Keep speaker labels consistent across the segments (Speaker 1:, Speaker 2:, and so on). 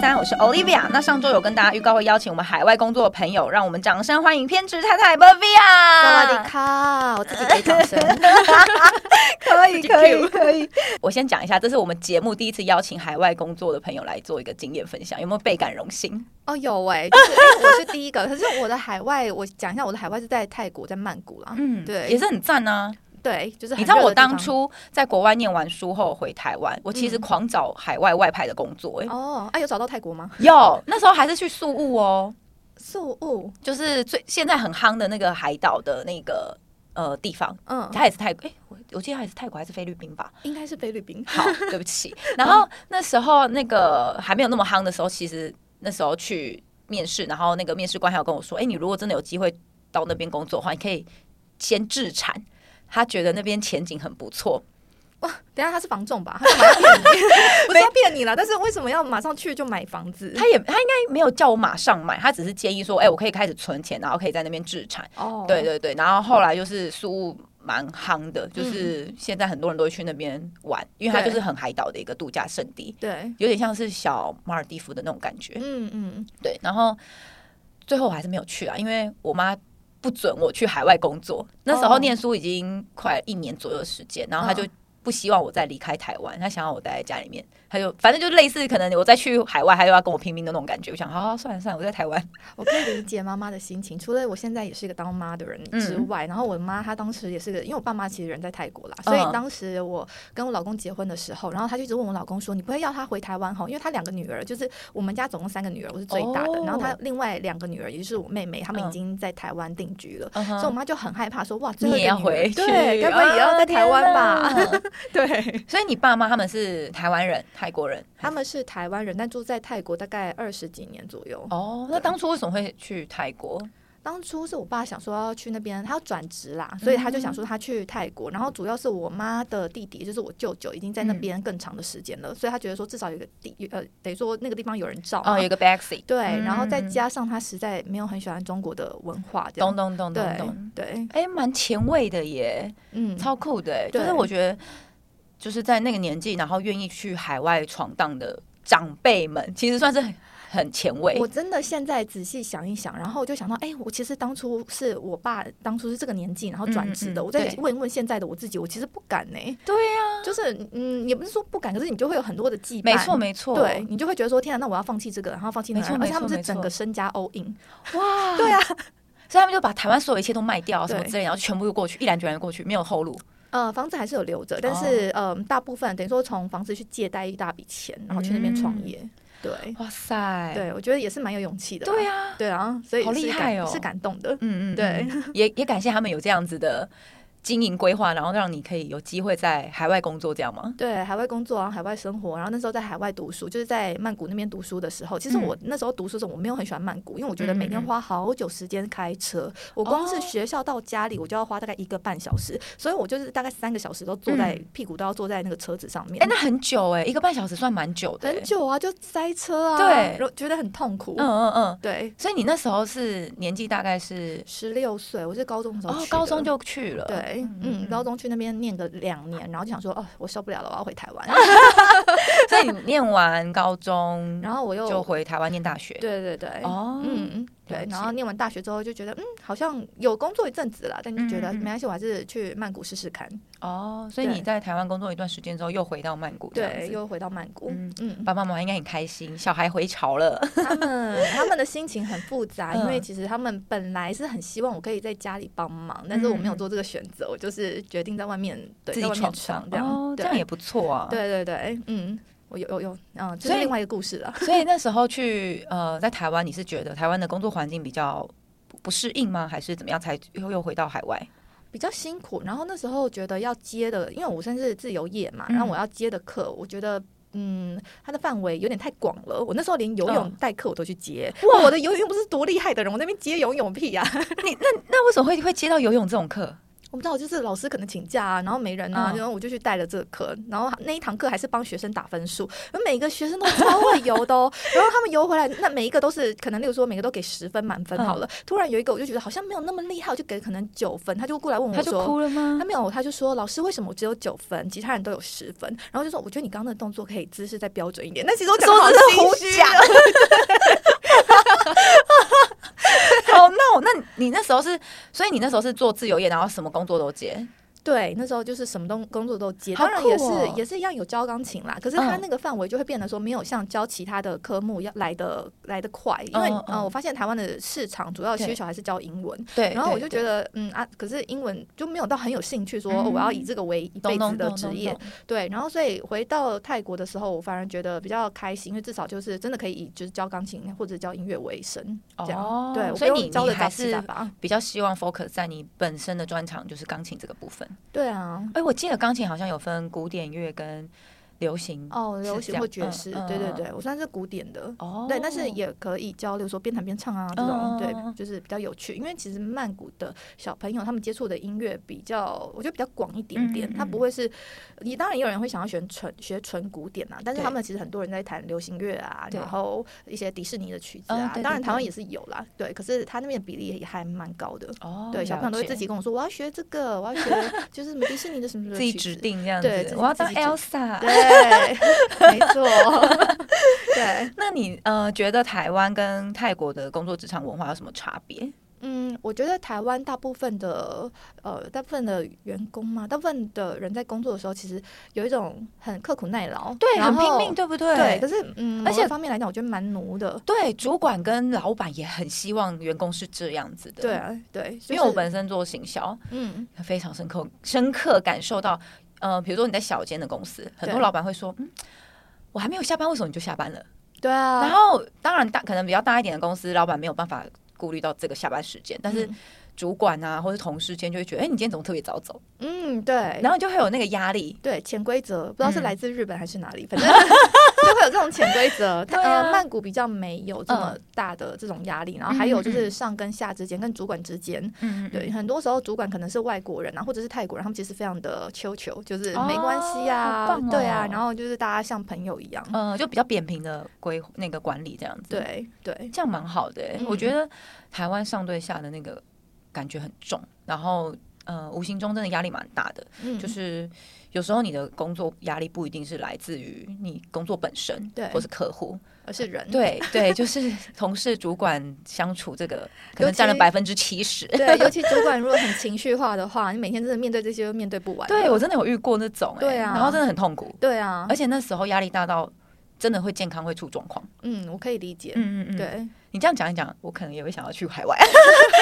Speaker 1: 三，我是 Olivia。那上周有跟大家预告会邀请我们海外工作的朋友，让我们掌声欢迎偏执太太 b e v i
Speaker 2: 哇
Speaker 1: a
Speaker 2: 你看，我自己给掌声。
Speaker 1: 可以
Speaker 2: 自己
Speaker 1: 可以
Speaker 2: cue
Speaker 1: 可以。我先讲一下，这是我们节目第一次邀请海外工作的朋友来做一个经验分享，有没有倍感荣幸？
Speaker 2: 哦，有哎、就是因为我是第一个，可是我的海外，我讲一下，我的海外是在泰国，在曼谷啦。
Speaker 1: 嗯，
Speaker 2: 对
Speaker 1: 也是很赞啊。
Speaker 2: 对，就是很
Speaker 1: 你知道
Speaker 2: 热
Speaker 1: 我
Speaker 2: 的地
Speaker 1: 当
Speaker 2: 方
Speaker 1: 初在国外念完书后回台湾，我其实
Speaker 2: 嗯
Speaker 1: 狂找海外外派的工作、欸。
Speaker 2: 哦，哎、有找到泰国吗？
Speaker 1: 有那时候还是去宿务哦，
Speaker 2: 宿务，
Speaker 1: 就是最现在很夯的那个海岛的那个呃地方，
Speaker 2: 嗯，
Speaker 1: 它也是泰国，哎、我我记得它也是泰国还是菲律宾吧？
Speaker 2: 应该是菲律宾。
Speaker 1: 好，对不起。然后那时候那个还没有那么夯的时候，其实那时候去面试，然后那个面试官还有跟我说，哎、你如果真的有机会到那边工作的话，你可以先置产，他觉得那边前景很不错，
Speaker 2: 哇，等一下他是房仲吧？他干嘛要 骗你？不是要骗你啦，但是为什么要马上去就买房子？
Speaker 1: 他也他应该没有叫我马上买，他只是建议说，哎、我可以开始存钱，然后可以在那边置产。
Speaker 2: 哦，
Speaker 1: 对，对对，然后后来就是苏务蛮夯的，就是现在很多人都会去那边玩，因为它
Speaker 2: 嗯对
Speaker 1: 就是很海岛的一个度假胜地，
Speaker 2: 对，
Speaker 1: 有点像是小马尔蒂夫的那种感觉。
Speaker 2: 嗯嗯，
Speaker 1: 对，然后最后我还是没有去啊，因为我妈。不准我去海外工作，那时候
Speaker 2: 哦
Speaker 1: 念书已经快一年左右的时间，然后她就
Speaker 2: 嗯
Speaker 1: 不希望我再离开台湾，她想要我待在家里面，她就反正就类似可能我再去海外，她又要跟我拼命的那种感觉。我想，好好算了算了，我在台湾，
Speaker 2: 我可以理解妈妈的心情。除了我现在也是一个当妈的人
Speaker 1: 嗯
Speaker 2: 之外，然后我妈她当时也是个，因为我爸妈其实人在泰国啦，所以
Speaker 1: 嗯
Speaker 2: 当时我跟我老公结婚的时候，然后她就一直问我老公说：“你不会要她回台湾吼？”因为她两个女儿，就是我们家总共三个女儿，我是最大的，
Speaker 1: 哦
Speaker 2: 然后她另外两个女儿，也就是我妹妹，她们
Speaker 1: 嗯
Speaker 2: 已经在台湾定居了。
Speaker 1: 嗯哼
Speaker 2: 所以我妈就很害怕说，哇，最
Speaker 1: 你
Speaker 2: 后一
Speaker 1: 也
Speaker 2: 个
Speaker 1: 要
Speaker 2: 女儿
Speaker 1: 回去，
Speaker 2: 对，该不会也要在台湾吧？
Speaker 1: 啊？天哪
Speaker 2: 对，
Speaker 1: 所以你爸妈他们是台湾人、泰国人，
Speaker 2: 他们是台湾人，但住在泰国大概二十几年左右。
Speaker 1: 哦，那当初为什么会去泰国？
Speaker 2: 当初是我爸想说要去那边，他要转职啦，所以他就想
Speaker 1: 嗯
Speaker 2: 说他去泰国。然后主要是我妈的弟弟，就是我舅舅，已经
Speaker 1: 嗯
Speaker 2: 在那边更长的时间了，所以他觉得说至少有一个地，呃，等于说那个地方有人照嘛。
Speaker 1: 哦，有一个 backseat，
Speaker 2: 对，
Speaker 1: 嗯
Speaker 2: 然后再加上他实在没有很喜欢中国的文化，这
Speaker 1: 咚
Speaker 2: 样。
Speaker 1: 咚咚咚
Speaker 2: 对
Speaker 1: 咚，
Speaker 2: 对，
Speaker 1: 哎，蛮前卫的耶，
Speaker 2: 嗯，
Speaker 1: 超酷的耶，就是
Speaker 2: 对
Speaker 1: 我觉得就是在那个年纪，然后愿意去海外闯荡的长辈们，其实算是很很前卫
Speaker 2: 我。真的现在仔细想一想，然后我就想到，哎、我其实当初是我爸当初是这个年纪，然后转职的。
Speaker 1: 嗯嗯嗯
Speaker 2: 我再
Speaker 1: 对
Speaker 2: 问一问现在的我自己，我其实不敢呢、
Speaker 1: 对呀，
Speaker 2: 就是嗯，也不是说不敢，可是你就会有很多的羁绊。
Speaker 1: 没错没错，
Speaker 2: 对，你就会觉得说，天啊，那我要放弃这个，然后放弃那
Speaker 1: 没错
Speaker 2: 个，而且他
Speaker 1: 没错
Speaker 2: 们是
Speaker 1: 没
Speaker 2: 整
Speaker 1: 错
Speaker 2: 个身家 all in，
Speaker 1: 哇，
Speaker 2: 对啊，
Speaker 1: 所以他们就把台湾所有一切都卖掉，啊什么
Speaker 2: 对
Speaker 1: 之类，然后全部就过去，毅然决然地过去，没有后路。
Speaker 2: 呃，房子还是有留着，但是呃，大部分等于说从房子去借贷一大笔钱，然后去那边创业，对
Speaker 1: 哇塞，
Speaker 2: 嗯对，我觉得也是蛮有勇气的，
Speaker 1: 对
Speaker 2: 啊，
Speaker 1: 啊，
Speaker 2: 对啊，所以
Speaker 1: 好厉
Speaker 2: 是
Speaker 1: 害
Speaker 2: 感
Speaker 1: 哦
Speaker 2: 是感动的，
Speaker 1: 嗯嗯，
Speaker 2: 对
Speaker 1: 嗯，也也感谢他们有这样子的经营规划，然后让你可以有机会在海外工作，这样吗？
Speaker 2: 对，海外工作啊，海外生活，然后那时候在海外读书，就是在曼谷那边读书的时候，其实
Speaker 1: 嗯
Speaker 2: 我那时候读书的时候，我没有很喜欢曼谷，因为我觉得每天
Speaker 1: 嗯嗯嗯
Speaker 2: 花好久时间开车，我光
Speaker 1: 哦
Speaker 2: 是学校到家里我就要花大概一个半小时，所以我就是大概三个小时都坐在、
Speaker 1: 嗯
Speaker 2: 屁股都要坐在那个车子上面
Speaker 1: 哎、，那很久哎、一个半小时算蛮久的、欸。
Speaker 2: 很。久啊，就塞车啊，
Speaker 1: 对
Speaker 2: 然后觉得很痛苦，
Speaker 1: 嗯嗯嗯。
Speaker 2: 对，
Speaker 1: 所以你那时候是年纪大概是
Speaker 2: 十六岁，我是高中的时候
Speaker 1: 哦
Speaker 2: 去，
Speaker 1: 高中
Speaker 2: 的。
Speaker 1: 就去了。
Speaker 2: 对，嗯，高中去那边念个两年，然后就想说，哦，我受不了了，我要回台 湾。
Speaker 1: 所以你念完高中，
Speaker 2: 然后我又
Speaker 1: 就回台湾念大学。
Speaker 2: 对对对，
Speaker 1: 哦，
Speaker 2: 嗯，对
Speaker 1: 了。
Speaker 2: 然
Speaker 1: 解
Speaker 2: 后念完大学之后就觉得，嗯，好像有工作一阵子啦，但就觉得
Speaker 1: 嗯嗯嗯
Speaker 2: 没关系，我还是去曼谷试试看。
Speaker 1: 哦，所以
Speaker 2: 对
Speaker 1: 你在台湾工作一段时间之后，又回到曼谷这样
Speaker 2: 对，
Speaker 1: 子。
Speaker 2: 又回到曼谷。
Speaker 1: 嗯
Speaker 2: 嗯嗯，
Speaker 1: 爸爸妈妈应该很开心，小孩回潮了。
Speaker 2: 他们他们的心情很复杂，
Speaker 1: 嗯
Speaker 2: 因为其实他们本来是很希望我可以在家里帮忙，但是我没有做这个选择，我就是决定在外面对，
Speaker 1: 嗯 自
Speaker 2: 在
Speaker 1: 己
Speaker 2: 外
Speaker 1: 闯
Speaker 2: 面闯这
Speaker 1: 哦
Speaker 2: 样，，
Speaker 1: 这
Speaker 2: 对
Speaker 1: 样也不错啊。
Speaker 2: 对对对，嗯。我有有有，嗯，这
Speaker 1: 所以
Speaker 2: 是另外一个故事了。
Speaker 1: 所以那时候去呃，在台湾，你是觉得台湾的工作环境比较不不适应吗？还是怎么样才又又回到海外？
Speaker 2: 比较辛苦。然后那时候觉得要接的，因为我算是自由业嘛，
Speaker 1: 嗯
Speaker 2: 然后我要接的课，我觉得。嗯，它的范围有点太广了。我那时候连游泳
Speaker 1: 嗯
Speaker 2: 代课我都去接，
Speaker 1: 哇
Speaker 2: 我的游泳不是多厉害的人，我那边接游泳屁呀、啊
Speaker 1: 那为什么会会接到游泳这种课？
Speaker 2: 我不知道，就是老师可能请假啊，然后没人啊，
Speaker 1: 嗯
Speaker 2: 然后我就去带了这个课，然后那一堂课还是帮学生打分数，然后每个学生都超会游的哦， 然后他们游回来，那每一个都是可能，例如说每个都给十分满
Speaker 1: 嗯
Speaker 2: 分好了，突然有一个我就觉得好像没有那么厉害，我就给可能九分，他就过来问
Speaker 1: 他
Speaker 2: 我
Speaker 1: 就
Speaker 2: 说。
Speaker 1: 哭了吗
Speaker 2: 他？没有，他就说老师为什么我只有九分，其他人都有十分？然后就说我觉得你刚刚的动作可以姿势再标准一点。但其实我讲得好心虚啊，
Speaker 1: 好，哦那我那你那时候是，所以你那时候是做自由业，然后什么工作都接，
Speaker 2: 对，那时候就是什么东工作都接，
Speaker 1: 好
Speaker 2: 当然也是、
Speaker 1: 酷哦
Speaker 2: 也是一样有教钢琴啦，可是它
Speaker 1: 嗯
Speaker 2: 那个范围就会变得说没有像教其他的科目要来的来的快，因为、
Speaker 1: 嗯嗯
Speaker 2: 呃我发现台湾的市场主要
Speaker 1: 对
Speaker 2: 需求还是教英文，
Speaker 1: 对
Speaker 2: 然后我就觉
Speaker 1: 得
Speaker 2: 得嗯啊，可是英文就没有到很有兴趣说、
Speaker 1: 嗯
Speaker 2: 哦我要以这个为一辈
Speaker 1: 懂
Speaker 2: 子
Speaker 1: 懂
Speaker 2: 的
Speaker 1: 懂
Speaker 2: 职
Speaker 1: 懂
Speaker 2: 业，
Speaker 1: 懂
Speaker 2: 对，然后所以回到泰国的时候，我反而觉得比较开心，因为至少就是真的可以以就是教钢琴或者教音乐为生这样。
Speaker 1: 哦
Speaker 2: 对，我
Speaker 1: 所以
Speaker 2: 不用
Speaker 1: 你
Speaker 2: 教
Speaker 1: 你
Speaker 2: 的杂
Speaker 1: 还
Speaker 2: 七杂
Speaker 1: 是
Speaker 2: 八。
Speaker 1: 比较希望 focus 在你本身的专长，就是钢琴这个部分。
Speaker 2: 对啊，
Speaker 1: 哎，我记得钢琴好像有分古典乐跟流行
Speaker 2: 哦，
Speaker 1: 是
Speaker 2: 流
Speaker 1: 这
Speaker 2: 行
Speaker 1: 样
Speaker 2: 或爵
Speaker 1: 嗯
Speaker 2: 士，
Speaker 1: 嗯
Speaker 2: 对对
Speaker 1: 嗯
Speaker 2: 对，我算是古典的。
Speaker 1: 哦
Speaker 2: 对，但是也可以教，例如说边弹边唱啊，这种、
Speaker 1: 嗯嗯
Speaker 2: 对，
Speaker 1: 嗯
Speaker 2: 就是比较有趣。因为其实曼谷的小朋友他们接触的音乐比较，我觉得比较广一点点，
Speaker 1: 嗯嗯
Speaker 2: 他
Speaker 1: 嗯
Speaker 2: 不会是，你当然也有人会想要选纯学纯古典啊，但是
Speaker 1: 对
Speaker 2: 他们其实很多人在弹流行乐啊，
Speaker 1: 对
Speaker 2: 然后一些迪士尼的曲子
Speaker 1: 嗯
Speaker 2: 啊，
Speaker 1: 对
Speaker 2: 当然
Speaker 1: 对
Speaker 2: 台湾
Speaker 1: 对
Speaker 2: 也是有啦，对，可是他那边的比例也还蛮高的。
Speaker 1: 哦，
Speaker 2: 对，小朋友都会
Speaker 1: 了
Speaker 2: 自己
Speaker 1: 解
Speaker 2: 跟我说，我要学这个，我要学就是什么迪士尼的什么什么
Speaker 1: 自己
Speaker 2: 曲
Speaker 1: 指
Speaker 2: 子
Speaker 1: 定这啊样
Speaker 2: 对
Speaker 1: 子
Speaker 2: 自，己
Speaker 1: 我要当
Speaker 2: 自己指
Speaker 1: Elsa。
Speaker 2: 对，没错， 对，
Speaker 1: 那你呃，觉得台湾跟泰国的工作职场文化有什么差别？
Speaker 2: 嗯，我觉得台湾大部分的呃，大部分的员工嘛，大部分的人在工作的时候，其实有一种很刻苦耐劳，然
Speaker 1: 很拼
Speaker 2: 后
Speaker 1: 命，对不对？
Speaker 2: 对。可是，嗯，
Speaker 1: 而
Speaker 2: 某
Speaker 1: 且
Speaker 2: 一方面来讲，我觉得蛮奴的，
Speaker 1: 对，主管跟老板也很希望员工是这样子的。
Speaker 2: 对啊，对，就
Speaker 1: 因为我
Speaker 2: 是
Speaker 1: 本身做行销，
Speaker 2: 嗯，
Speaker 1: 非常深刻深刻感受到，呃，比如说你在小间的公司，很多
Speaker 2: 对
Speaker 1: 老板会说，嗯，我还没有下班，为什么你就下班了？
Speaker 2: 对啊，
Speaker 1: 然后当然大可能比较大一点的公司，老板没有办法顾虑到这个下班时间，但是
Speaker 2: 嗯
Speaker 1: 主管啊或是同事间就会觉得，哎、你今天怎么特别早走？
Speaker 2: 嗯，对，
Speaker 1: 然后就会有那个压力。
Speaker 2: 对潜规则，不知道是
Speaker 1: 嗯
Speaker 2: 来自日本还是哪里，反正 就会有这种潜规 则。它
Speaker 1: 对啊嗯
Speaker 2: 呃，曼谷比较没有这么大的这种压力，然后还有就是上跟下之间，跟主管之间，
Speaker 1: 嗯，
Speaker 2: 对，很多时候主管可能是外国人啊，或者是泰国人，他们其实非常的求求，就是
Speaker 1: 哦
Speaker 2: 没关系啊，
Speaker 1: 好棒哦
Speaker 2: 对啊，然后就是大家像朋友一样，
Speaker 1: 呃，就比较扁平的规那个管理这样子。，
Speaker 2: 对对，
Speaker 1: 这样蛮好的、欸
Speaker 2: 嗯
Speaker 1: 我觉得台湾上对下的那个感觉很重，然后呃，无形中真的压力蛮大的。
Speaker 2: 嗯，
Speaker 1: 就是有时候你的工作压力不一定是来自于你工作本身，
Speaker 2: 对嗯
Speaker 1: 或是客户，
Speaker 2: 而是人，
Speaker 1: 对对，就是同事、主管相处这个可
Speaker 2: 尤
Speaker 1: 能占了
Speaker 2: 其
Speaker 1: 百分之七十。
Speaker 2: 对，尤其主管如果很情绪化的话，你每天真的面对这些都面对不完了，
Speaker 1: 对我真的有遇过那种、欸，
Speaker 2: 对啊
Speaker 1: 然后真的很痛苦，
Speaker 2: 对啊
Speaker 1: 而，且那时候压力大到真的会健康会出状况。
Speaker 2: 嗯，我可以理解，
Speaker 1: 嗯嗯嗯，
Speaker 2: 对。
Speaker 1: 你这样讲一讲，我可能也会想要去海外，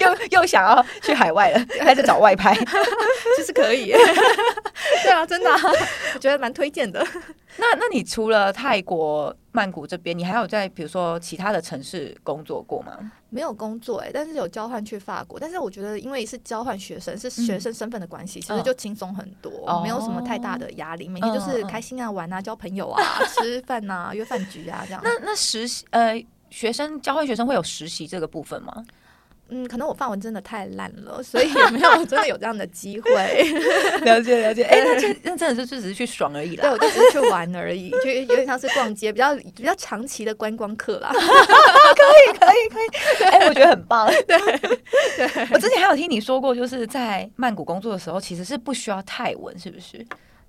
Speaker 1: 又又想要去海外 了，开始找外拍。
Speaker 2: 其实可以耶， 对啊，真的、啊，我觉得蛮推荐的。
Speaker 1: 那那你除了泰国曼谷这边，你还有在比如说其他的城市工作过吗？
Speaker 2: 没有工作哎、但是有交换去法国，但是我觉得因为是交换学生，是学生身份的关系，其实就轻松很多，
Speaker 1: 嗯哦嗯
Speaker 2: 没有什么太大的压力，每天就是开心啊、玩啊、交 朋友啊、吃饭啊、约饭局啊这样
Speaker 1: 那。那实习呃，学生交换学生会有实习这个部分吗？
Speaker 2: 嗯，可能我法文真的太烂了，所以也没有真的有这样的 机会。
Speaker 1: 了解了解，哎、那这那真的是就只是去爽而已
Speaker 2: 对，
Speaker 1: 啦。
Speaker 2: 我就只是去玩而已，就有点像是逛街，比较比较长期的观光客啦。
Speaker 1: 哎、我觉得很棒。对对，我之前还有听你说过，就是在曼谷工作的时候，其实是不需要泰文，是不是？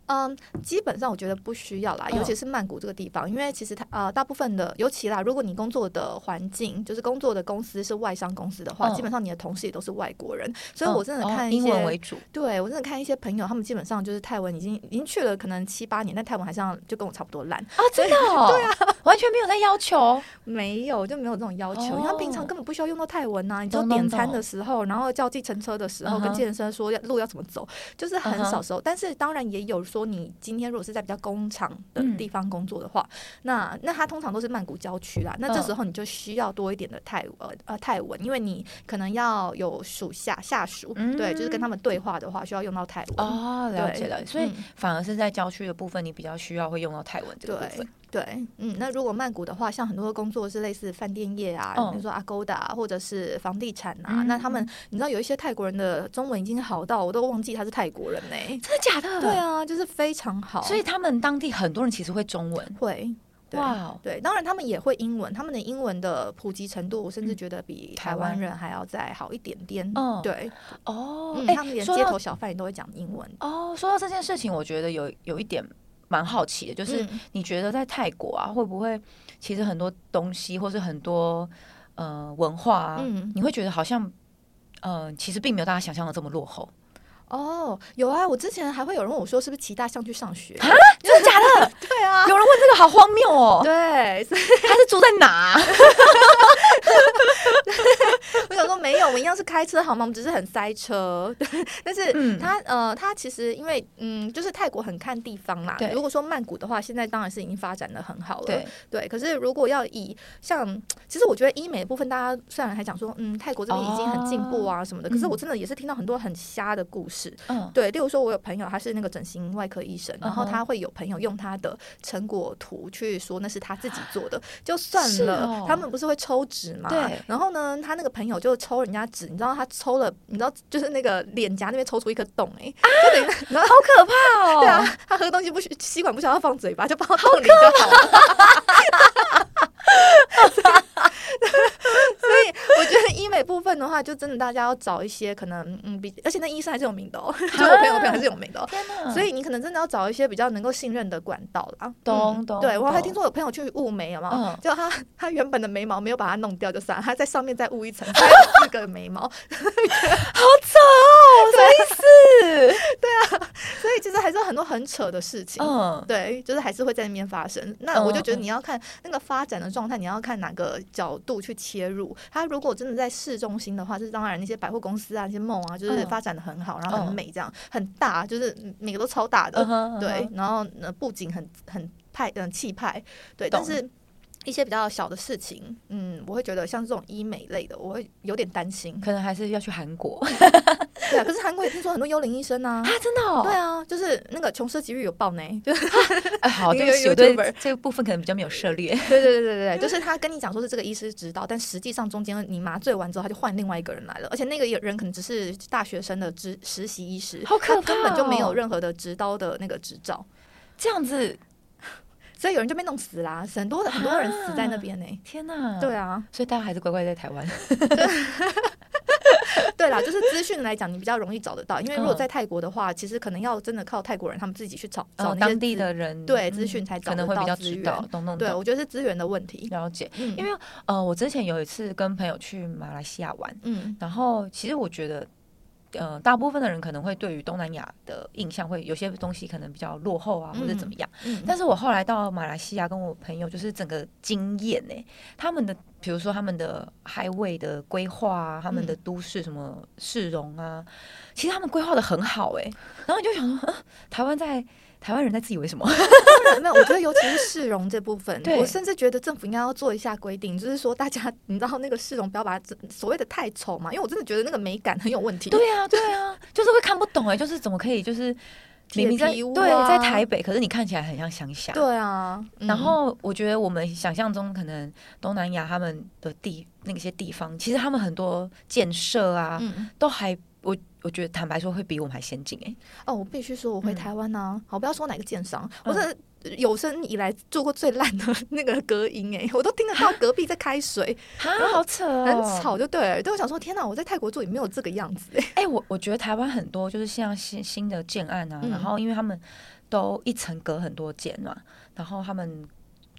Speaker 2: 嗯，基本上我觉得不需要啦，
Speaker 1: 嗯
Speaker 2: 尤其是曼谷这个地方，因为其实它呃大部分的，尤其啦，如果你工作的环境就是工作的公司是外商公司的话，
Speaker 1: 嗯
Speaker 2: 基本上你的同事也都是外国人，所以我真的
Speaker 1: 嗯
Speaker 2: 看
Speaker 1: 哦
Speaker 2: 一
Speaker 1: 英
Speaker 2: 些，
Speaker 1: 文为主，
Speaker 2: 对我真的看一些朋友，他们基本上就是泰文已经已经去了可能七八年，但泰文还像就跟我差不多烂，
Speaker 1: 啊，真的、哦，对啊，完全没有在要求，
Speaker 2: 没有就没有这种要求，因为他平常根本不需要用到泰文呐、你就
Speaker 1: 哦懂懂
Speaker 2: 点餐的时候，然后叫计程车的时候，
Speaker 1: 嗯哼嗯
Speaker 2: 跟计程车说要路要怎么走，就是很少时候，但是当然也有说你今天如果是在比较工厂的地方工作的话，那那它通常都是曼谷郊区啦。
Speaker 1: 嗯
Speaker 2: 那这时候你就需要多一点的泰文呃泰文，因为你可能要有属下下属，
Speaker 1: 嗯
Speaker 2: 对，就是跟他们对话的话需要用到泰文。
Speaker 1: 哦，了
Speaker 2: 对
Speaker 1: 解了解，所以
Speaker 2: 嗯
Speaker 1: 反而是在郊区的部分，你比较需要会用到泰文这个部分
Speaker 2: 对。对，嗯，那如果曼谷的话，像很多工作是类似饭店业啊，
Speaker 1: 嗯
Speaker 2: 比如说 Agoda 啊或者是房地产啊，
Speaker 1: 嗯
Speaker 2: 那他们你知道有一些泰国人的中文已经好到我都忘记他是泰国人呢、
Speaker 1: 真的假的？
Speaker 2: 对，啊，就是非常好，
Speaker 1: 所以他们当地很多人其实会中文。
Speaker 2: 会对
Speaker 1: 哇哦，
Speaker 2: 对，当然他们也会英文，他们的英文的普及程度，我甚至觉得比
Speaker 1: 嗯台
Speaker 2: 台
Speaker 1: 湾
Speaker 2: 湾人还要再好一点点。
Speaker 1: 嗯
Speaker 2: 对，
Speaker 1: 哦
Speaker 2: 嗯，
Speaker 1: 哎、
Speaker 2: 他们连
Speaker 1: 说
Speaker 2: 街
Speaker 1: 到
Speaker 2: 头小贩也都会讲英文。
Speaker 1: 哦，说到这件事情，我觉得有有一点蛮好奇的，就是
Speaker 2: 嗯
Speaker 1: 你觉得在泰国啊，会不会其实很多东西或是很多呃文化啊，
Speaker 2: 嗯
Speaker 1: 你会觉得好像呃其实并没有大家想象的这么落后，
Speaker 2: 哦，有啊，我之前还会有人问我说，是不是骑大象去上学？
Speaker 1: 真的假的？
Speaker 2: 对啊，
Speaker 1: 有人问这个好荒谬哦，
Speaker 2: 对，所以
Speaker 1: 他是住在哪啊、
Speaker 2: 我想说没有，我们一样是开车好吗？我们只是很塞车。 对，但是
Speaker 1: 嗯
Speaker 2: 它、呃，它其实因为嗯，就是泰国很看地方啦
Speaker 1: 对。
Speaker 2: 如果说曼谷的话，现在当然是已经发展的很好 了。
Speaker 1: 对，
Speaker 2: 对，可是如果要以像，其实我觉得医美的部分，大家虽然还讲说，嗯，泰国这边已经很进步啊什么
Speaker 1: 哦
Speaker 2: 的，可是我真的也是听到很多很瞎的故事。
Speaker 1: 嗯，
Speaker 2: 对，例如说，我有朋友他是那个整形外科医生，然后
Speaker 1: 嗯哼
Speaker 2: 他会有朋友用他的成果图去说那是他自己做的，就算
Speaker 1: 是
Speaker 2: 了。
Speaker 1: 哦
Speaker 2: 他们不是会抽纸嘛？
Speaker 1: 对
Speaker 2: 然后呢，他那个朋友就抽人家纸，你知道他抽了，你知道就是那个脸颊那边抽出一颗洞、欸，哎、就等于 然后
Speaker 1: 好可怕哦，
Speaker 2: 对啊，他喝东西不需吸管不需要放嘴巴，就放到洞里 就好了。所以我觉得医美部分的话，就真的大家要找一些可能嗯比，而且那医生还是有名的哦， 就我朋友的朋友还是有名的哦。
Speaker 1: 天哪，
Speaker 2: 所以你可能真的要找一些比较能够信任的管道啦。
Speaker 1: 懂
Speaker 2: 嗯
Speaker 1: 懂
Speaker 2: 对我还
Speaker 1: 懂
Speaker 2: 听说有朋友去雾眉，有没有？
Speaker 1: 嗯
Speaker 2: 就他他原本的眉毛没有把它弄掉就算了，他在上面再雾一层，他有四个眉毛，
Speaker 1: 走，什么意思？
Speaker 2: 所以其实还是有很多很扯的事 情。
Speaker 1: 嗯，
Speaker 2: 对，就是还是会在那边发生。那我就觉得
Speaker 1: 嗯嗯
Speaker 2: 你要看那个发展的状态，你要看哪个角度去切入。它如果真的在市中心的话，就是当然那些百货公司啊、那些梦啊，就是
Speaker 1: 嗯
Speaker 2: 发展的很好，然后很
Speaker 1: 嗯
Speaker 2: 美，这样很大，就是每个都超大的。
Speaker 1: 嗯哼
Speaker 2: 对，，然后呢，布景很很派，嗯，气派，对，但
Speaker 1: 懂
Speaker 2: 是。一些比较小的事情，嗯，我会觉得像这种医美类的，我会有点担心
Speaker 1: 嗯。可能还是要去韩 国
Speaker 2: 对啊，可是韩国也听说很多幽灵医生啊，
Speaker 1: 啊，真的哦
Speaker 2: 对啊，就是那个穷奢极欲有报呢，就是
Speaker 1: 哎，好，
Speaker 2: 一个
Speaker 1: 对不起，我对
Speaker 2: YouTuber
Speaker 1: 这个部分可能比较没有涉猎。
Speaker 2: 对对对对对，就是他跟你讲说是这个医师指导，但实际上中间你麻醉完之后，他就换另外一个人来了，而且那个人可能只是大学生的实实习医师，
Speaker 1: 好可
Speaker 2: 他根
Speaker 1: 怕
Speaker 2: 本就没有
Speaker 1: 哦
Speaker 2: 任何的执刀的那个执照，
Speaker 1: 这样子，
Speaker 2: 所以有人就被弄死啦，很多很多人死在那边呢、
Speaker 1: 天哪！
Speaker 2: 对，啊，
Speaker 1: 所以大家还是乖乖在台湾。
Speaker 2: 对啦，就是资讯来讲，你比较容易找得到，因为如果
Speaker 1: 嗯
Speaker 2: 在泰国的话，其实可能要真的靠泰国人他们自己去找
Speaker 1: 呃
Speaker 2: 找那些
Speaker 1: 当地
Speaker 2: 资
Speaker 1: 的人
Speaker 2: 对资
Speaker 1: 嗯
Speaker 2: 讯才找
Speaker 1: 可能会
Speaker 2: 得
Speaker 1: 比
Speaker 2: 到
Speaker 1: 较
Speaker 2: 资
Speaker 1: 知道
Speaker 2: 源，
Speaker 1: 懂懂
Speaker 2: 对，
Speaker 1: 懂，
Speaker 2: 我觉得是资源的问题，
Speaker 1: 了解。
Speaker 2: 嗯，
Speaker 1: 因为呃，我之前有一次跟朋友去马来西亚玩，
Speaker 2: 嗯
Speaker 1: 然后其实我觉得。呃，大部分的人可能会对于东南亚的印象会有些东西可能比较落后啊，或者怎么样。
Speaker 2: 嗯，
Speaker 1: 但是我后来到马来西亚，跟我朋友就是整个惊艳呢、他们的比如说他们的 highway 的规划啊，他们
Speaker 2: 嗯
Speaker 1: 的都市什么市容啊，其实他们规划的很好哎、然后你就想说，呃台湾在台湾人在自以为 什么？
Speaker 2: 没有，我觉得尤其是市容这部分，
Speaker 1: 对
Speaker 2: 我甚至觉得政府应该要做一下规定，就是说大家你知道那个市容不要把它整所谓的太丑嘛，因为我真的觉得那个美感很有问题。
Speaker 1: 对啊，对啊，就是会看不懂哎、就是怎么可以就是
Speaker 2: 铁
Speaker 1: 明明在、
Speaker 2: 皮屋啊
Speaker 1: 对在台北，可是你看起来很像乡下。
Speaker 2: 对啊，嗯
Speaker 1: 然后我觉得我们想象中可能东南亚他们的地那些地方，其实他们很多建设啊，
Speaker 2: 嗯
Speaker 1: 都还我我觉得坦白说会比我们还先进哎、
Speaker 2: 哦，我必须说，我回
Speaker 1: 嗯
Speaker 2: 台湾呢、好不要说哪个建商，
Speaker 1: 嗯
Speaker 2: 我真的。有生以来做过最烂的 那个隔音哎、我都听得到隔壁在开水，
Speaker 1: 啊，好扯哦，
Speaker 2: 很吵就对了。对我想说，天哪，我在泰国住也没有这个样子、欸。
Speaker 1: 哎、我我觉得台湾很多就是像新新的建案啊，
Speaker 2: 嗯
Speaker 1: 然后因为他们都一层隔很多间嘛，然后他们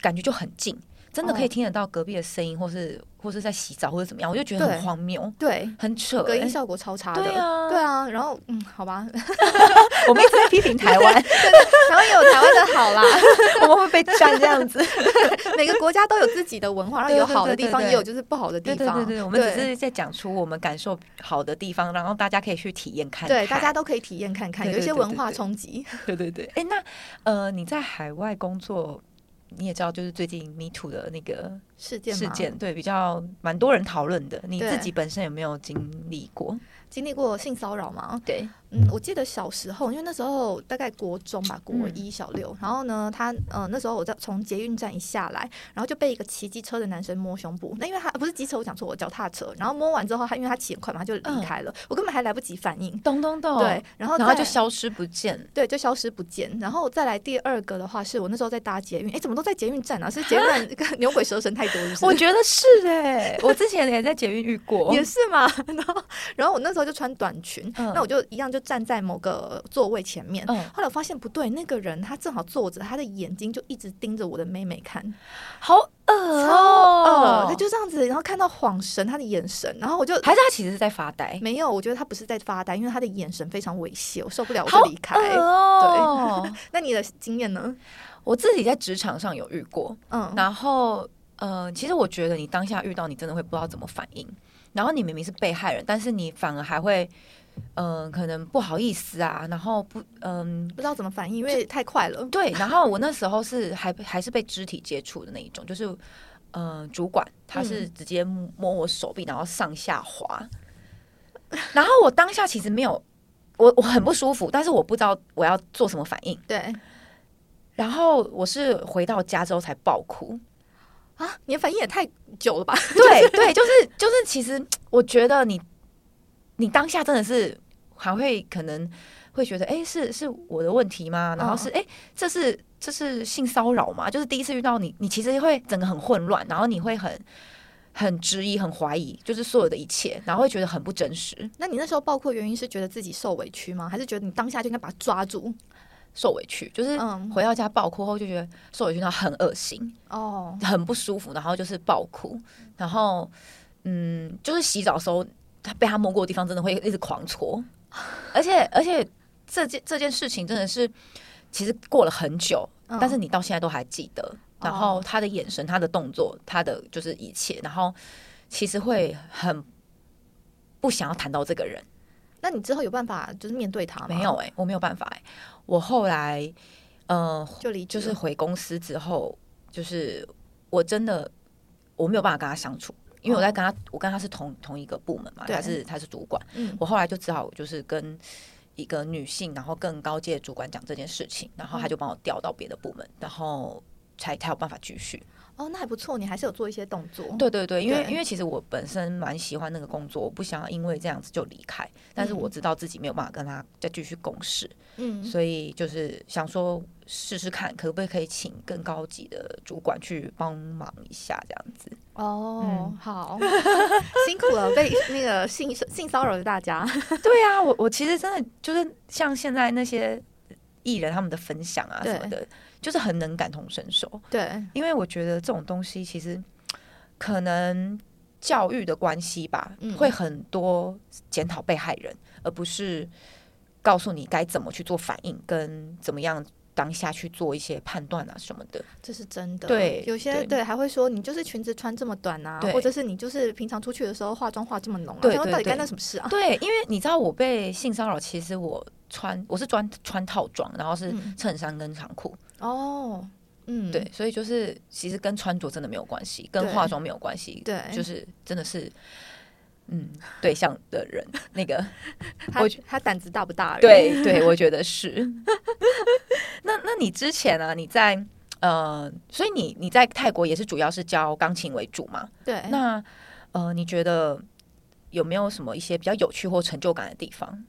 Speaker 1: 感觉就很近，真的可以
Speaker 2: 哦
Speaker 1: 听得到隔壁的声音，或是或是在洗澡或者怎么样，我就觉得
Speaker 2: 对
Speaker 1: 很荒谬，
Speaker 2: 对，
Speaker 1: 很扯、
Speaker 2: 隔音
Speaker 1: 欸。
Speaker 2: 效果超差的。
Speaker 1: 对啊，
Speaker 2: 对啊，然后嗯，好吧，
Speaker 1: 我们一直在批评台 湾，
Speaker 2: 台湾也有台湾的好啦，
Speaker 1: 我们会被占这样子。
Speaker 2: 每个国家都有自己的文化，然后
Speaker 1: 对
Speaker 2: 有
Speaker 1: 对
Speaker 2: 好
Speaker 1: 对
Speaker 2: 的地
Speaker 1: 对
Speaker 2: 方，
Speaker 1: 对
Speaker 2: 也有就是不好的地
Speaker 1: 对对
Speaker 2: 方。
Speaker 1: 对对，我们只
Speaker 2: 对
Speaker 1: 是在讲出我们感受好的地方，然后大家可以去体验看看。
Speaker 2: 对大家都可以体验看看，
Speaker 1: 对
Speaker 2: 有一
Speaker 1: 对
Speaker 2: 些
Speaker 1: 对
Speaker 2: 文
Speaker 1: 对
Speaker 2: 化
Speaker 1: 对
Speaker 2: 冲击。
Speaker 1: 对对对，哎，那呃，你在海外工作，你也知道，就是最近 Me Too 的那个
Speaker 2: 事件
Speaker 1: 事
Speaker 2: 吗
Speaker 1: 件，对，比较蛮多人讨论的。你
Speaker 2: 对
Speaker 1: 自己本身有没有经历过？
Speaker 2: 经历过性骚扰吗？
Speaker 1: 对，
Speaker 2: 嗯，我记得小时候，因为那时候大概国中吧，国
Speaker 1: 嗯
Speaker 2: 一小六，然后呢，他呃那时候我在从捷运站一下来，然后就被一个骑机车的男生摸胸部，那因为他不是机车，我讲错，我脚踏车，然后摸完之后，他因为他骑很快嘛，他就离开了，我根本还来不及反应，
Speaker 1: 咚咚咚，
Speaker 2: 对，，然后
Speaker 1: 然后
Speaker 2: 再
Speaker 1: 就消失不见。
Speaker 2: 对，就消失不见。然后再来第二个的话，是我那时候在搭捷运，哎，怎么都在捷运站啊？是捷运 站跟牛鬼蛇神太多了，是不
Speaker 1: 我
Speaker 2: 是？
Speaker 1: 觉得 是哎、我之前也在捷运遇过，
Speaker 2: 也是嘛，然后然后我那时候就穿短裙，
Speaker 1: 嗯
Speaker 2: 那我就一样就站在某个座位前面。
Speaker 1: 嗯，
Speaker 2: 后来我发现不对，那个人他正好坐着，他的眼睛就一直盯着我的妹妹看，
Speaker 1: 好恶哦、
Speaker 2: 呃，他就这样子，然后看到恍神他的眼神，然后我就
Speaker 1: 还是他其实是在发呆，
Speaker 2: 没有，我觉得他不是在发呆，因为他的眼神非常猥亵，我受不了，我
Speaker 1: 好
Speaker 2: 就离开。
Speaker 1: 恶哦、
Speaker 2: 那你的经验呢？
Speaker 1: 我自己在职场上有遇过，
Speaker 2: 嗯，
Speaker 1: 然后呃，其实我觉得你当下遇到，你真的会不知道怎么反应。然后你明明是被害人，但是你反而还会，嗯、可能不好意思啊，然后不，嗯、
Speaker 2: 不知道怎么反应，因为太快了。
Speaker 1: 对。然后我那时候是还还是被肢体接触的那一种，就是，嗯、主管他是直接摸我手臂，然后上下滑。然后我当下其实没有，我我很不舒服，但是我不知道我要做什么反应。
Speaker 2: 对，
Speaker 1: 然后我是回到家之后才爆哭，
Speaker 2: 啊，你的反应也太久了吧？
Speaker 1: 对对，就是就是，其实我觉得你你当下真的是还会可能会觉得，哎、是是我的问题吗？然后是哎、诶这是这是性骚扰吗？就是第一次遇到你，你其实会整个很混乱，然后你会很。很质疑，很怀疑，就是所有的一切，然后会觉得很不真实，
Speaker 2: 那你那时候爆哭的原因是觉得自己受委屈吗？还是觉得你当下就应该把他抓住？
Speaker 1: 受委屈，就是
Speaker 2: 嗯
Speaker 1: 回到家爆哭后就觉得受委屈，然后很恶心，
Speaker 2: 哦，
Speaker 1: 很不舒服，然后就是爆哭，然后嗯，就是洗澡的时候，他被他摸过的地方真的会一直狂搓，而且而且这件这件事情真的是，其实过了很久，
Speaker 2: 嗯
Speaker 1: 但是你到现在都还记得，然后他的眼神、他的动作、他的就是一切，然后其实会很。不想要谈到这个人，
Speaker 2: 那你之后有办法就是面对他吗？
Speaker 1: 没有，哎、我没有办法哎、我后来，呃，
Speaker 2: 就离职
Speaker 1: 就
Speaker 2: 了
Speaker 1: 是回公司之后，就是我真的我没有办法跟他相处，因为我在跟他，我跟他是同同一个部门嘛，
Speaker 2: 哦对
Speaker 1: 他是他是主管，
Speaker 2: 嗯
Speaker 1: 我后来就只好就是跟一个女性，然后更高阶的主管讲这件事情，然
Speaker 2: 嗯
Speaker 1: 后他就帮我调到别的部门，然后才才有办法继续。
Speaker 2: 哦，那还不错，你还是有做一些动作。
Speaker 1: 对对对，因为
Speaker 2: 对
Speaker 1: 因为其实我本身蛮喜欢那个工作，我不想要因为这样子就离开，但是我知道自己没有办法跟他再继续共事，
Speaker 2: 嗯，
Speaker 1: 所以就是想说试试看，可不可以请更高级的主管去帮忙一下，这样子。
Speaker 2: 哦
Speaker 1: 嗯，
Speaker 2: 好，辛苦了，被那个性性骚扰的大家。
Speaker 1: 对啊，我我其实真的就是像现在那些艺人他们的分享啊
Speaker 2: 对
Speaker 1: 什么的，就是很能感同身受，
Speaker 2: 对，
Speaker 1: 因为我觉得这种东西其实可能教育的关系吧，
Speaker 2: 嗯
Speaker 1: 会很多检讨被害人，而不是告诉你该怎么去做反应跟怎么样。当下去做一些判断啊什么的，
Speaker 2: 这是真的。
Speaker 1: 对
Speaker 2: 有些
Speaker 1: 对
Speaker 2: 对还会说你就是裙子穿这么短啊，
Speaker 1: 对
Speaker 2: 或者是你就是平常出去的时候化妆化这么浓啊，
Speaker 1: 对
Speaker 2: 想说
Speaker 1: 对
Speaker 2: 到底
Speaker 1: 对
Speaker 2: 干那什么事啊？
Speaker 1: 对，因为你知道我被性骚扰，其实我穿我是穿穿套装，然后是
Speaker 2: 嗯
Speaker 1: 衬衫跟长裤，
Speaker 2: 哦，嗯，
Speaker 1: 对，所以就是其实跟穿着真的没有关系，跟
Speaker 2: 对
Speaker 1: 化妆没有关系，
Speaker 2: 对，
Speaker 1: 就是真的是嗯对象的 人那个，
Speaker 2: 他
Speaker 1: 我
Speaker 2: 他胆子大不大而已？
Speaker 1: 对对，我觉得是。 那那你之前啊，你在呃，所以你你在泰国也是主要是教钢琴为主嘛？
Speaker 2: 对，
Speaker 1: 那呃，你觉得有没有什么一些比较有趣或成就感的地方？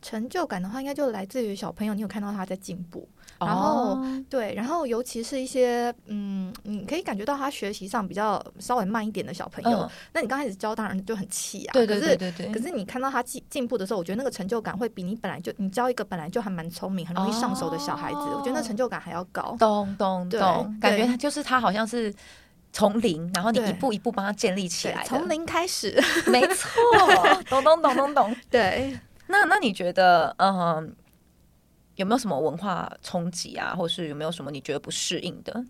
Speaker 2: 成就感的话，应该就来自于小朋友，你有看到他在进步，然后
Speaker 1: 哦
Speaker 2: 对，然后尤其是一些嗯，你可以感觉到他学习上比较稍微慢一点的小朋友，
Speaker 1: 嗯
Speaker 2: 那你刚开始教当然就很气啊，
Speaker 1: 对对
Speaker 2: 可是
Speaker 1: 对对对，
Speaker 2: 可是你看到他进进步的时候，我觉得那个成就感会比你本来就你教一个本来就还蛮聪明、很容易上手的小孩子，我觉得那
Speaker 1: 哦
Speaker 2: 成就感还要高。
Speaker 1: 懂懂
Speaker 2: 对
Speaker 1: 懂，感觉
Speaker 2: 对
Speaker 1: 他就是他好像是从零，然后你
Speaker 2: 对
Speaker 1: 一步一步帮他建立起
Speaker 2: 对
Speaker 1: 来，的，
Speaker 2: 从零开 始，
Speaker 1: 没错，懂懂懂懂懂。
Speaker 2: 对，
Speaker 1: 那那你觉得，嗯，有没有什么文化冲击啊，或是有没有什么你觉得不适应的？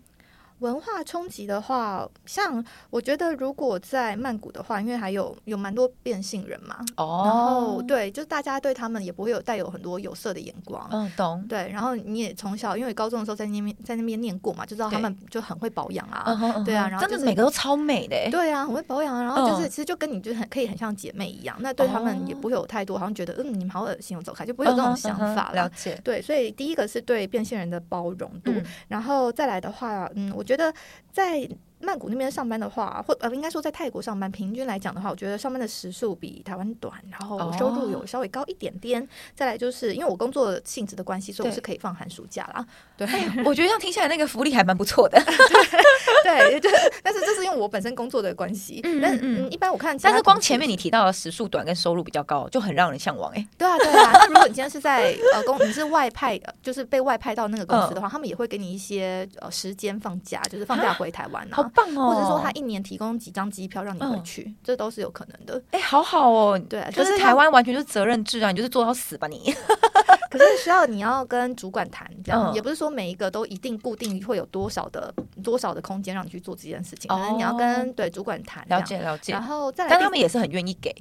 Speaker 2: 文化冲击的话，像我觉得如果在曼谷的话，因为还有有蛮多变性人嘛，然
Speaker 1: 哦
Speaker 2: 后，哦对，啊就是大家对他们也不会有带有很多有色的眼光。
Speaker 1: 嗯，懂，
Speaker 2: 对，然后你也从小因为高中的时候在那边在那边念过嘛，就知道他
Speaker 1: 对
Speaker 2: 们就很会保养啊，
Speaker 1: 嗯哼嗯哼
Speaker 2: 对啊然后
Speaker 1: 真
Speaker 2: 就
Speaker 1: 的
Speaker 2: 是
Speaker 1: 每个都超美的欸，
Speaker 2: 对啊，很会保养啊，然后就是、
Speaker 1: 嗯
Speaker 2: 其实就跟你就很可以很像姐妹一样，那对他们也
Speaker 1: 哦
Speaker 2: 不会有太多好像觉得嗯你们好恶心，我走开，就不会有这种
Speaker 1: 嗯哼
Speaker 2: 想
Speaker 1: 嗯哼
Speaker 2: 法啦。
Speaker 1: 了解，
Speaker 2: 对，所以第一个是对变性人的包容度，
Speaker 1: 嗯
Speaker 2: 然后再来的话，嗯，我觉得在曼谷那边上班的话，或呃，应该说在泰国上班，平均来讲的话，我觉得上班的时数比台湾短，然后收入
Speaker 1: 哦
Speaker 2: 有稍微高一点点。再来就是因为我工作性质的关系，所以我
Speaker 1: 对
Speaker 2: 是可以放寒暑假啦。 对
Speaker 1: 哎我觉得这样听起来那个福利还蛮不错 的，
Speaker 2: 对，就但是这是因为我本身工作的关系。
Speaker 1: 嗯嗯
Speaker 2: 但
Speaker 1: 嗯
Speaker 2: 嗯，一般我看其他
Speaker 1: 但是
Speaker 2: 同事，
Speaker 1: 光前面你提到的时速短跟收入比较高，就很让人向往哎、
Speaker 2: 对啊对啊。那如果你今天是在呃公，你是外派，呃就是被外派到那个公
Speaker 1: 嗯
Speaker 2: 司的话，他们也会给你一些呃时间放假，就是放假回台湾啊
Speaker 1: 好。棒哦！
Speaker 2: 或者说他一年提供几张机票让你回去，这都是有可能的。
Speaker 1: 哎、好好哦，
Speaker 2: 对啊，
Speaker 1: 可
Speaker 2: 就是是
Speaker 1: 台
Speaker 2: 要，
Speaker 1: 湾完全就是责任制啊，你就是做到死吧你。
Speaker 2: 可是需要你要跟主管谈，这样、
Speaker 1: 嗯
Speaker 2: 也不是说每一个都一定固定会有多少的多少的空间让你去做这件事情，
Speaker 1: 哦
Speaker 2: 可能你要跟对主管谈。
Speaker 1: 了。解了解
Speaker 2: 然，后再来第，
Speaker 1: 但他们也是很愿意给，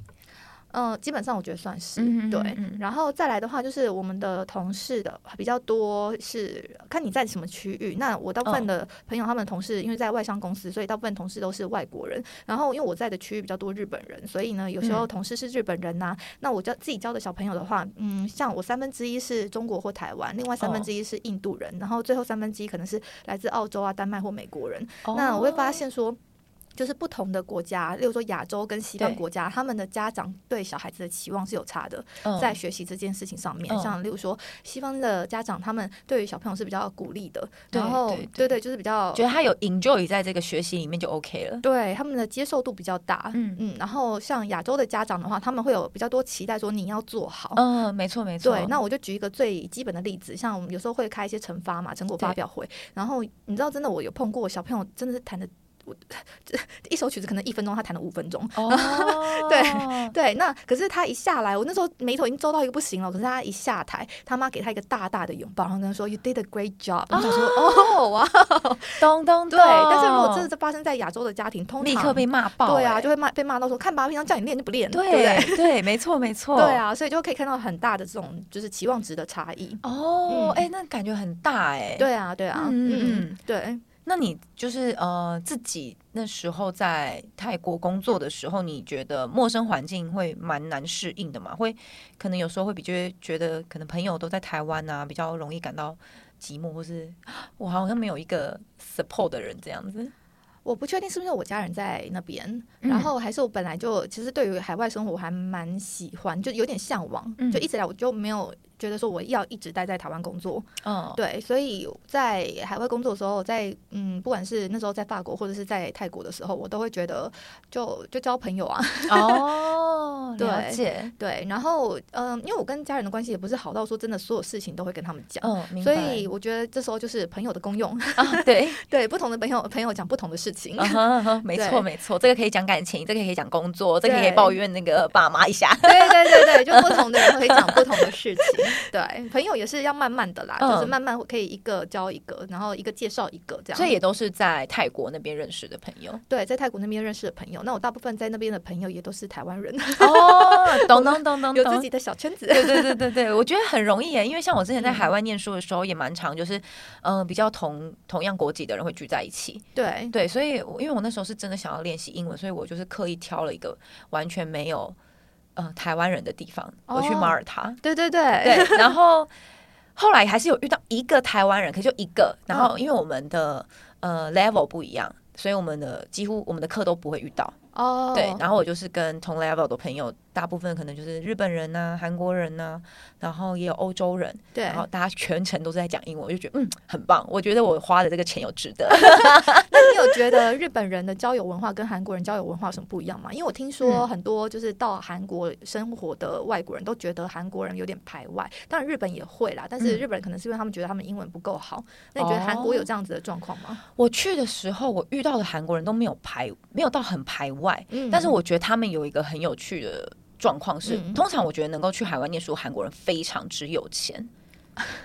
Speaker 2: 嗯、基本上我觉得算是、
Speaker 1: 嗯嗯嗯
Speaker 2: 对
Speaker 1: 嗯嗯。
Speaker 2: 然后再来的话，就是我们的同事的呃比较多是呃看你在什么区域。那我大部分的朋友，他们的同事因为在外商公司，所以大部分同事都是外国人。然后因为我在的区域比较多日本人，所以呢，有时候
Speaker 1: 嗯
Speaker 2: 同事是日本人呐、那我教自己教的小朋友的话，嗯，像我三分之一是中国或台湾，另外三分之一是印度人，然后最后三分之一可能是来自澳洲啊、丹麦或美国人。那我会发现说。就是不同的国家，例如说亚洲跟西方
Speaker 1: 对
Speaker 2: 国家，他们的家长对小孩子的期望是有差的，
Speaker 1: 嗯
Speaker 2: 在学习这件事情上面，
Speaker 1: 嗯
Speaker 2: 像例如说西方的家长，他们对于小朋友是比较鼓励的，
Speaker 1: 对
Speaker 2: 然后
Speaker 1: 对
Speaker 2: 对对，就是比较
Speaker 1: 觉得他有 enjoy 在这个学习里面就 OK 了。
Speaker 2: 对他们的接受度比较大，
Speaker 1: 嗯
Speaker 2: 嗯，然后像亚洲的家长的话，他们会有比较多期待，说你要做好，
Speaker 1: 嗯，没错没错。
Speaker 2: 对，那我就举一个最基本的例子，像我们有时候会开一些惩罚嘛，成果发表会，然后你知道，真的我有碰过小朋友，真的是弹的我 一首曲子可能一分钟，他弹了五分钟。
Speaker 1: 哦
Speaker 2: 对对，那可是他一下来，我那时候眉头已经皱到一个不行了。可是他一下台，他妈给他一个大大的拥抱，然后跟他说 “You did a great job”。我想说，哦哇，
Speaker 1: 啊 咚咚
Speaker 2: 对。但是如果
Speaker 1: 这
Speaker 2: 这是发生在亚洲的家庭，通常
Speaker 1: 哦立刻被骂爆、
Speaker 2: 对啊，
Speaker 1: 哎
Speaker 2: 就会骂被骂到说，看吧，平常叫你练就不练，对不
Speaker 1: 对
Speaker 2: 对？
Speaker 1: 对， 没错没错，
Speaker 2: 对。啊，所以就可以看到很大的这种就是期望值的差异。
Speaker 1: 哦
Speaker 2: 嗯，
Speaker 1: 哎、那感觉很大哎、，
Speaker 2: 对啊，对啊，
Speaker 1: 嗯嗯
Speaker 2: 嗯
Speaker 1: 嗯
Speaker 2: 嗯，对。
Speaker 1: 那你就是呃，自己那时候在泰国工作的时候，你觉得陌生环境会蛮难适应的嘛？会可能有时候会比较觉得，可能朋友都在台湾啊，比较容易感到寂寞，或是我好像没有一个 support 的人这样子。
Speaker 2: 我不确定是不是我家人在那边，
Speaker 1: 嗯
Speaker 2: 然后还是我本来就其实对于海外生活我还蛮喜欢，就有点向往，
Speaker 1: 嗯
Speaker 2: 就一直以来我就没有觉得说我要一直待在台湾工作，
Speaker 1: 嗯，
Speaker 2: 对，所以在海外工作的时候，在嗯，不管是那时候在法国或者是在泰国的时候，我都会觉得就就交朋友啊，
Speaker 1: 哦，
Speaker 2: 对
Speaker 1: 了解，
Speaker 2: 对，然后嗯，因为我跟家人的关系也不是好到说真的所有事情都会跟他们讲。
Speaker 1: 嗯，明
Speaker 2: 所
Speaker 1: 白
Speaker 2: 以我觉得这时候就是朋友的功用，
Speaker 1: 啊，对，
Speaker 2: 对不同的朋友朋友讲不同的 事情。
Speaker 1: 啊哈哈没错
Speaker 2: 对
Speaker 1: 没错，这个可以讲感情，这个可以讲工作，这个可以
Speaker 2: 对
Speaker 1: 抱怨那个爸妈一 下。
Speaker 2: 对对对对，就不同的人会讲不同的事 情。对，朋友也是要慢慢的啦，
Speaker 1: 嗯
Speaker 2: 就是慢慢可以一个交一个，然后一个介绍一个这样。
Speaker 1: 所以也都是在泰国那边认识的朋友。
Speaker 2: 对，在泰国那边认识的朋友，那我大部分在那边的朋友也都是台 湾人，
Speaker 1: 哦， 懂懂懂懂
Speaker 2: 有自
Speaker 1: 懂。
Speaker 2: 己的小圈子。
Speaker 1: 对对对对对，我觉得很容易耶，因为像我之前在海外念书的时候，也蛮常就是，嗯、比较同同样国籍的人会聚在一起。
Speaker 2: 对
Speaker 1: 对，所以我因为我那时候是真的想要练习英文，所以我就是刻意挑了一个完全没有呃台湾人的地方，我去
Speaker 2: 哦
Speaker 1: 马耳他。
Speaker 2: 对对对
Speaker 1: 对，然后后来还是有遇到一个台湾人，可就一个。然后因为我们的呃 level 不一样，所以我们的几乎我们的课都不会遇到。
Speaker 2: 哦，
Speaker 1: 对，然后我就是跟同 level 的朋友大部分可能就是日本人呐、韩国人呐、然后也有欧洲人，
Speaker 2: 对
Speaker 1: 然，后大家全程都是在讲英文，我就觉得嗯很棒，我觉得我花的这个钱有值得。
Speaker 2: 那你有觉得日本人的交友文化跟韩国人交友文化有什么不一样吗？因为我听说
Speaker 1: 嗯
Speaker 2: 很多就是到韩国生活的外国人都觉得韩国人有点排外，当然日本也会啦，但
Speaker 1: 嗯
Speaker 2: 是
Speaker 1: 哦
Speaker 2: 日本人可能是因为他们觉得他们英文不够好。那你觉得韩国有这样子的状况吗？
Speaker 1: 我去的时候，我遇到的韩国人都没有排，没有到很排外，
Speaker 2: 嗯
Speaker 1: 但是我觉得他们有一个很有趣的状况是，
Speaker 2: 嗯
Speaker 1: 通常我觉得能够去海外念书，韩国人非常之有钱。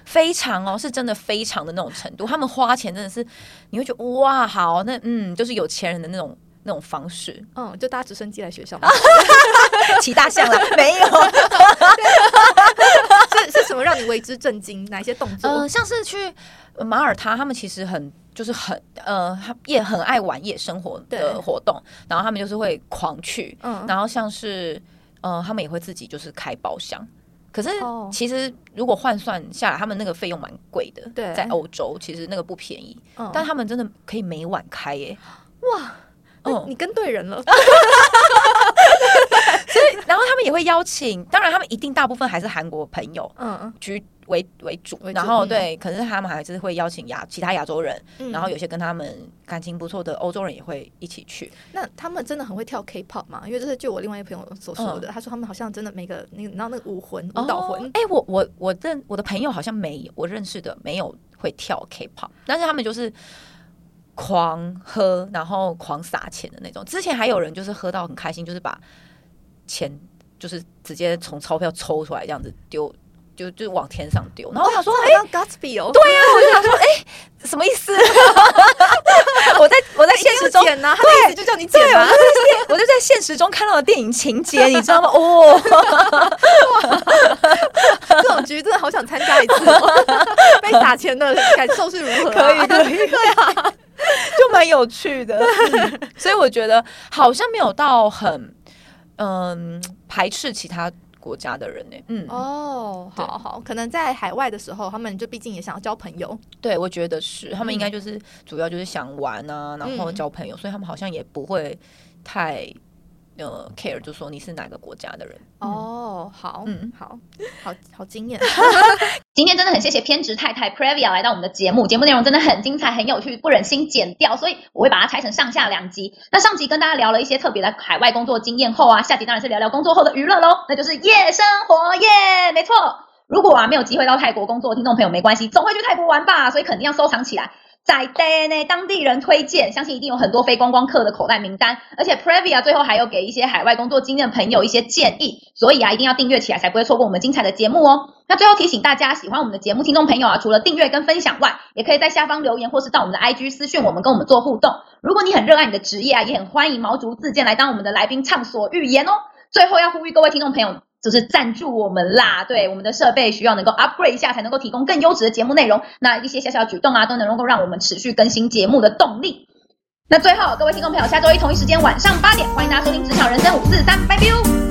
Speaker 1: 非常哦，是真的非常的那种程度，他们花钱真的是，你会觉得哇，好，那嗯，就是有钱人的那种那种方式，
Speaker 2: 嗯，就搭直升机来学校 吗？
Speaker 1: 骑大 象啦，没有，
Speaker 2: 是是什么让你为之震惊？哪些动作？
Speaker 1: 嗯、像是去呃马耳他，他们其实很就是很呃，他也很爱玩夜生活
Speaker 2: 对
Speaker 1: 的活动，然后他们就是会狂去，
Speaker 2: 嗯
Speaker 1: 然后像是呃，他们也会自己就是开包厢。可是
Speaker 2: 哦
Speaker 1: 其实如果换算下来，他们那个费用蛮贵的，
Speaker 2: 对
Speaker 1: 在欧洲其实那个不便宜，
Speaker 2: 嗯
Speaker 1: 但他们真的可以每晚开耶、哇，
Speaker 2: 那你跟对 人了，
Speaker 1: 然后他们也会邀请，当然他们一定大部分还是韩国朋友
Speaker 2: 嗯
Speaker 1: 居为为主，
Speaker 2: 为主
Speaker 1: 然后
Speaker 2: 嗯
Speaker 1: 对，可是他们还是会邀请亚其他亚洲人，
Speaker 2: 嗯，
Speaker 1: 然后有些跟他们感情不错的欧洲人也会一起去。
Speaker 2: 那他们真的很会跳 K-pop 吗？因为这是就我另外一个朋友所说的，他说他们好像真的每个那个，你知道那个舞魂、舞蹈魂，
Speaker 1: 嗯哦哎、我我我认我的朋友好像没有，我认识的没有会跳 K-pop，但是他们就是狂喝，然后狂撒钱的那种。之前还有人就是喝到很开心，就是把钱就是直接从钞票抽出来，这样子丢，就就往天上丢。然后我想说，哎、
Speaker 2: 哎，Gatsby 哦，对呀、
Speaker 1: 啊什么意思？ 我在我在现实中，
Speaker 2: 剪啊呐、他的意思就叫你剪呐、
Speaker 1: 我就在现实中看到的电影情节，你知道 吗？哦，
Speaker 2: 这 种局真的好想参加一次、哦， 被打钱的感受是如何、
Speaker 1: 可以，可以， 对啊，就蛮有趣的。嗯所以我觉得好像没有到很嗯排斥其他国家的人呢、嗯，
Speaker 2: 哦，好好，可能在海外的时候，他们就毕竟也想要交朋友，
Speaker 1: 对，我觉得是他们应该就是主要就是想玩啊，然后
Speaker 2: 嗯
Speaker 1: 交朋友，所以他们好像也不会太呃 care，就说你是哪个国家的人。
Speaker 2: 哦，好，嗯
Speaker 1: 嗯，
Speaker 2: 好，好好惊艳。
Speaker 3: 今天真的很谢谢偏执太太 Previa 来到我们的节目，节目内容真的很精彩、很有趣，不忍心剪掉，所以我会把它拆成上下两集。那上集跟大家聊了一些特别的海外工作经验后啊，下集当然是聊聊工作后的娱乐喽，那就是夜生活耶，没错。如果啊没有机会到泰国工作，听众朋友没关系，总会去泰国玩吧，所以肯定要收藏起来。在 DNA 当地人推荐，相信一定有很多非观光客的口袋名单。而且 Previa 最后还有给一些海外工作经验的朋友一些建议，所以啊，一定要订阅起来，才不会错过我们精彩的节目哦。那最后提醒大家，喜欢我们的节目听众朋友啊，除了订阅跟分享外，也可以在下方留言，或是到我们的 IG 私讯我们，跟我们做互动。如果你很热爱你的职业啊，也很欢迎毛竹自荐来当我们的来宾，畅所欲言哦。最后要呼吁各位听众朋友，就是赞助我们啦，对我们的设备需要能够 upgrade 一下，才能够提供更优质的节目内容。那一些小小的举动啊，都能够让我们持续更新节目的动力。那最后，各位听众朋友，下周一同一时间晚上八点，欢迎大家收听《职场人生五四三》，拜拜。